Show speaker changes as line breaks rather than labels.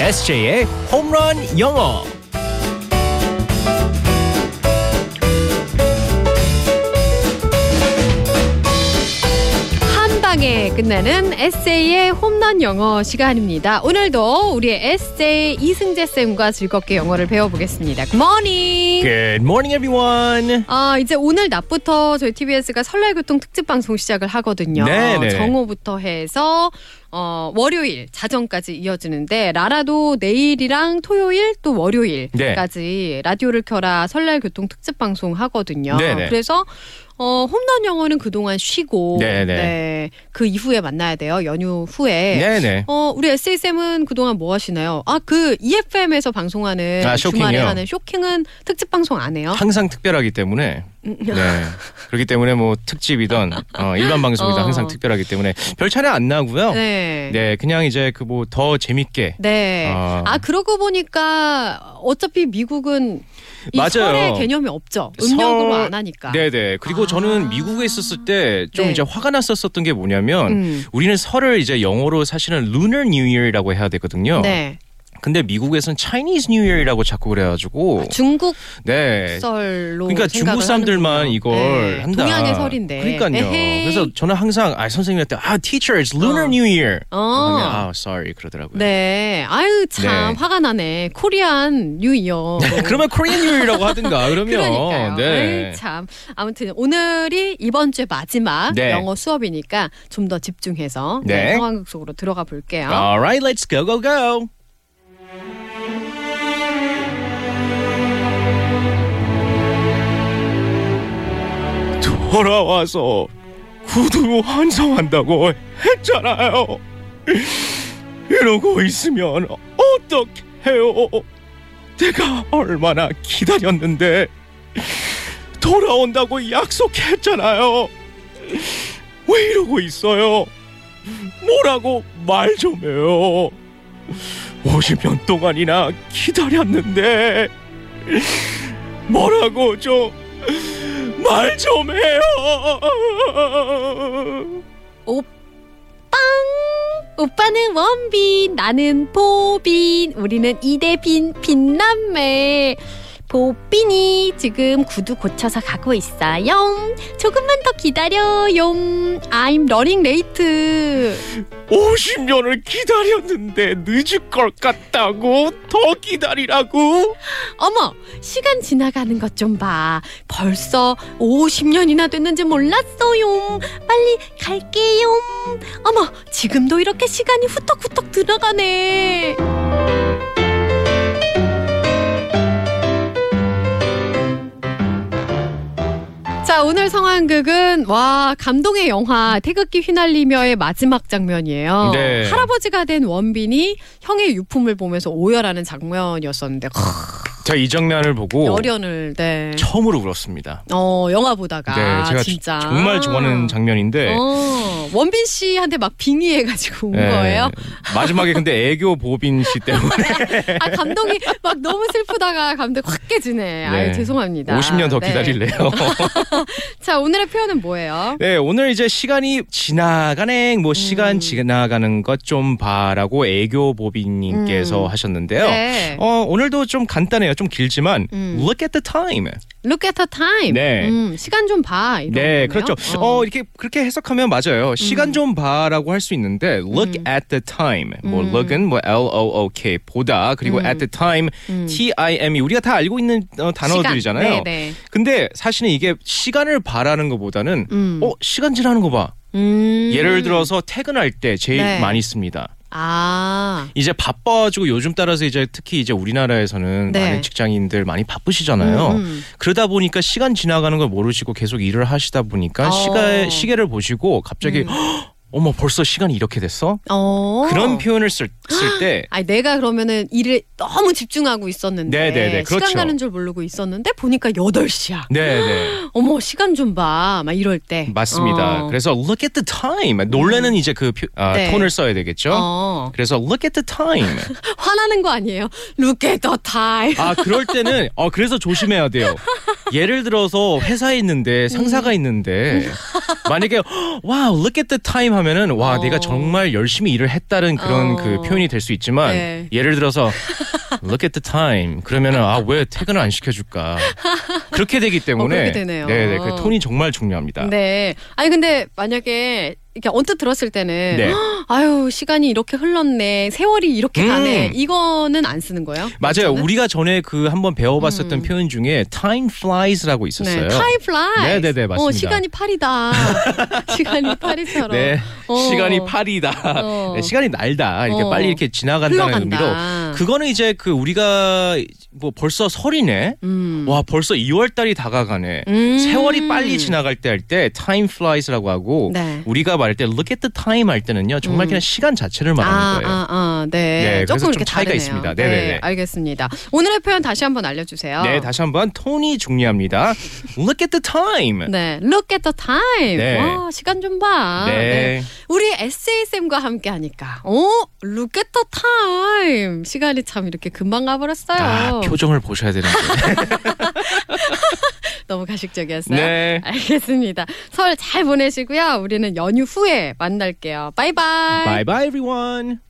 SJ의 홈런 영어.
한 방에 끝나는 에세이의 홈런 영어 시간입니다. 오늘도 우리의 에세이 이승재 쌤과 즐겁게 영어를 배워보겠습니다. Good morning.
Good morning, everyone.
아 이제 오늘 낮부터 저희 TBS가 설날 교통 특집 방송 시작을 하거든요. 어,
네, 네.
정오부터 해서 어, 월요일 자정까지 이어지는데 라라도 내일이랑 토요일 또 월요일까지 라디오를 켜라 설날 교통 특집 방송 하거든요.
네, 네.
그래서 어, 홈런 영어는 그동안 쉬고
네, 네.
네, 그 이후에 만나야 돼요. 연휴 후에.
네네.
어, 우리 SA쌤은 그동안 뭐 하시나요? 아, 그 EFM에서 방송하는
아,
주말에
쇼킹이요?
하는 쇼킹은 특집 방송 안 해요?
항상 특별하기 때문에
음.
네 그렇기 때문에 뭐 특집이든 어, 일반 방송이든
어.
항상 특별하기 때문에 별 차례 안 나고요.
네.
네 그냥 이제 그 뭐 더 재밌게
네.
아.
아 그러고 보니까 어차피 미국은 이
맞아요.
설의 개념이 없죠. 음력으로
설-
안 하니까.
네네 그리고
아.
저는 미국에 있었을 때 좀
네.
이제 화가 났었었던 게 뭐냐면
음.
우리는 설을 이제 영어로 사실은 Lunar New Year이라고 해야 되거든요. 뭐.
네.
근데 미국에선 Chinese New Year이라고 자꾸 그래가지고
중국
네.
설로
그러니까
생각을
중국 사람들만
하는군요.
이걸
네.
한다.
동양의 설인데.
그러니까요.
에헤이.
그래서 저는 항상 아 선생님한테 아 teacher it's Lunar
어.
New Year.
어.
그러면, 아 sorry 그러더라고요.
네. 아유 참
네.
화가 나네. 코리안 뉴 이어.
그러면 Korean New Year라고 하든가 그러면
그러니까요.
네.
아유, 참. 아무튼 오늘이 이번 주의 마지막
네.
영어 수업이니까 좀 더 집중해서
네. 아.
네, 상황극 속으로 들어가 볼게요.
Alright, let's go go go. 돌아와서 구두 환성한다고 했잖아요. 이러고 있으면 어떡해요? 내가 얼마나 기다렸는데 돌아온다고 약속했잖아요. 왜 이러고 있어요? 뭐라고 말 좀 해요. 50년 동안이나 기다렸는데 뭐라고 좀 말 좀 해요.
오빠는 원빈, 나는 보빈, 우리는 이대빈 빛남매. 보빈이 지금 구두 고쳐서 가고 있어요. 조금만 더 기다려요. I'm running late.
50년을 기다렸는데 늦을 것 같다고 더 기다리라고.
어머, 시간 지나가는 것 좀 봐. 벌써 50년이나 됐는지 몰랐어요. 빨리 갈게요. 어머, 지금도 이렇게 시간이 후떡후떡 들어가네. 자, 오늘 상황극은 와, 감동의 영화 태극기 휘날리며의 마지막 장면이에요.
네.
할아버지가 된 원빈이 형의 유품을 보면서 오열하는 장면이었었는데
제가 이 장면을 보고
열연을 네.
처음으로 울었습니다.
어 영화 보다가
네, 제가
진짜
정말 좋아하는 장면인데
어, 원빈 씨한테 막 빙의해가지고 온
예,
거예요.
마지막에 근데 애교 보빈 씨 때문에
아 감동이 막 너무 슬프다가 감동 확 깨지네. 아유
네.
죄송합니다.
50년 더
네.
기다릴래요.
자 오늘의 표현은 뭐예요?
네, 오늘 이제 시간이 지나가네.
음.
뭐 시간 지나가는 것 좀 봐라고 애교 보빈님께서 하셨는데요.
음. 네.
어, 오늘도 좀 간단해요. 좀 길지만
음.
look at the time.
Look at the time.
네.
음, 시간 좀 봐. 이런
네,
거네요. 음.
그렇죠. 어. 이렇게 그렇게 해석하면 맞아요. 시간 좀 봐라고 할 수 있는데 look at the time.
음.
뭐 look은 뭐 L O O K 보다 그리고 at the time T I M E 우리가 다 알고 있는 어, 단어들이잖아요.
음. 시간. 네, 네.
근데 사실은 이게 시간을 바라는 것보다는
음.
어, 시간 지나는 거 봐.
음.
예를 들어서 퇴근할 때 제일
네.
많이 씁니다.
아
이제 바빠가지고 요즘 따라서 이제 특히 이제 우리나라에서는
네.
많은 직장인들 많이 바쁘시잖아요.
음.
그러다 보니까 시간 지나가는 걸 모르시고 계속 일을 하시다 보니까
어. 음.
시가 시계를 보시고 갑자기 "헉, 어머 벌써 시간이 이렇게 됐어?
어.
그런 표현을 쓸 때
아니 내가 그러면은 일에 너무 집중하고 있었는데
네네네, 그렇죠.
시간 가는 줄 모르고 있었는데 보니까 8시야.
네네
어머 시간 좀 봐. 막 이럴 때.
맞습니다.
어. 음.
그래서 look at the time 놀래는 이제 그 표- 아,
네.
톤을 써야 되겠죠.
어.
그래서 look at the time.
화나는 거 아니에요. Look at the time.
아 그럴 때는 어 그래서 조심해야 돼요. 예를
음.
들어서 회사에 있는데 상사가 있는데 만약에 와우 look at the time 하면은 와
어.
내가 정말 열심히 일을 했다는 그런
어.
그 표현이 될 수 있지만
네.
예를 들어서 look at the time 그러면은 아 왜 퇴근을 안 시켜줄까 그렇게 되기 때문에
어, 그렇게 되네요.
네네 그 톤이 정말 중요합니다.
네. 아니 근데 만약에 이렇게 언뜻 들었을 때는
네.
아유 시간이 이렇게 흘렀네 세월이 이렇게
음.
가네 이거는 안 쓰는 거예요?
맞아요.
그렇잖아요?
우리가 전에 그 한번 배워봤었던
음.
표현 중에 time flies라고 있었어요.
네, time flies.
네, 네, 네,
어,
맞습니다.
시간이 팔이다. 시간이 팔이처럼.
네.
어.
시간이 팔이다.
어.
네, 시간이 날다. 이렇게
어.
빨리 이렇게 지나간다는 의미로
흘러간다.
그거는 이제 그 우리가 뭐 벌써 설이네.
음.
와 벌써 2월 달이 다가가네.
음.
세월이 빨리 지나갈 때 할 때 time flies라고 하고
네.
우리가 말할 때 look at the time 할 때는요 정말
음.
그냥 시간 자체를 말하는
아,
거예요.
아, 아, 네.
네, 그래서
조금
좀
이렇게
차이가
다르네요.
있습니다. 네, 네, 네.
알겠습니다. 오늘의 표현 다시 한번 알려주세요.
네 다시 한번 톤이 중요합니다. look at the time.
네, look at the time.
네.
와, 시간 좀 봐. 네.
네.
우리 에세이 쌤과 함께 하니까, 어, look at the time. 시간이 참 이렇게 금방 가버렸어요.
아, 표정을 보셔야 되는데.
너무 가식적이었어요.
네.
알겠습니다. 설 잘 보내시고요. 우리는 연휴 후에 만날게요. 바이바이.
Bye bye everyone.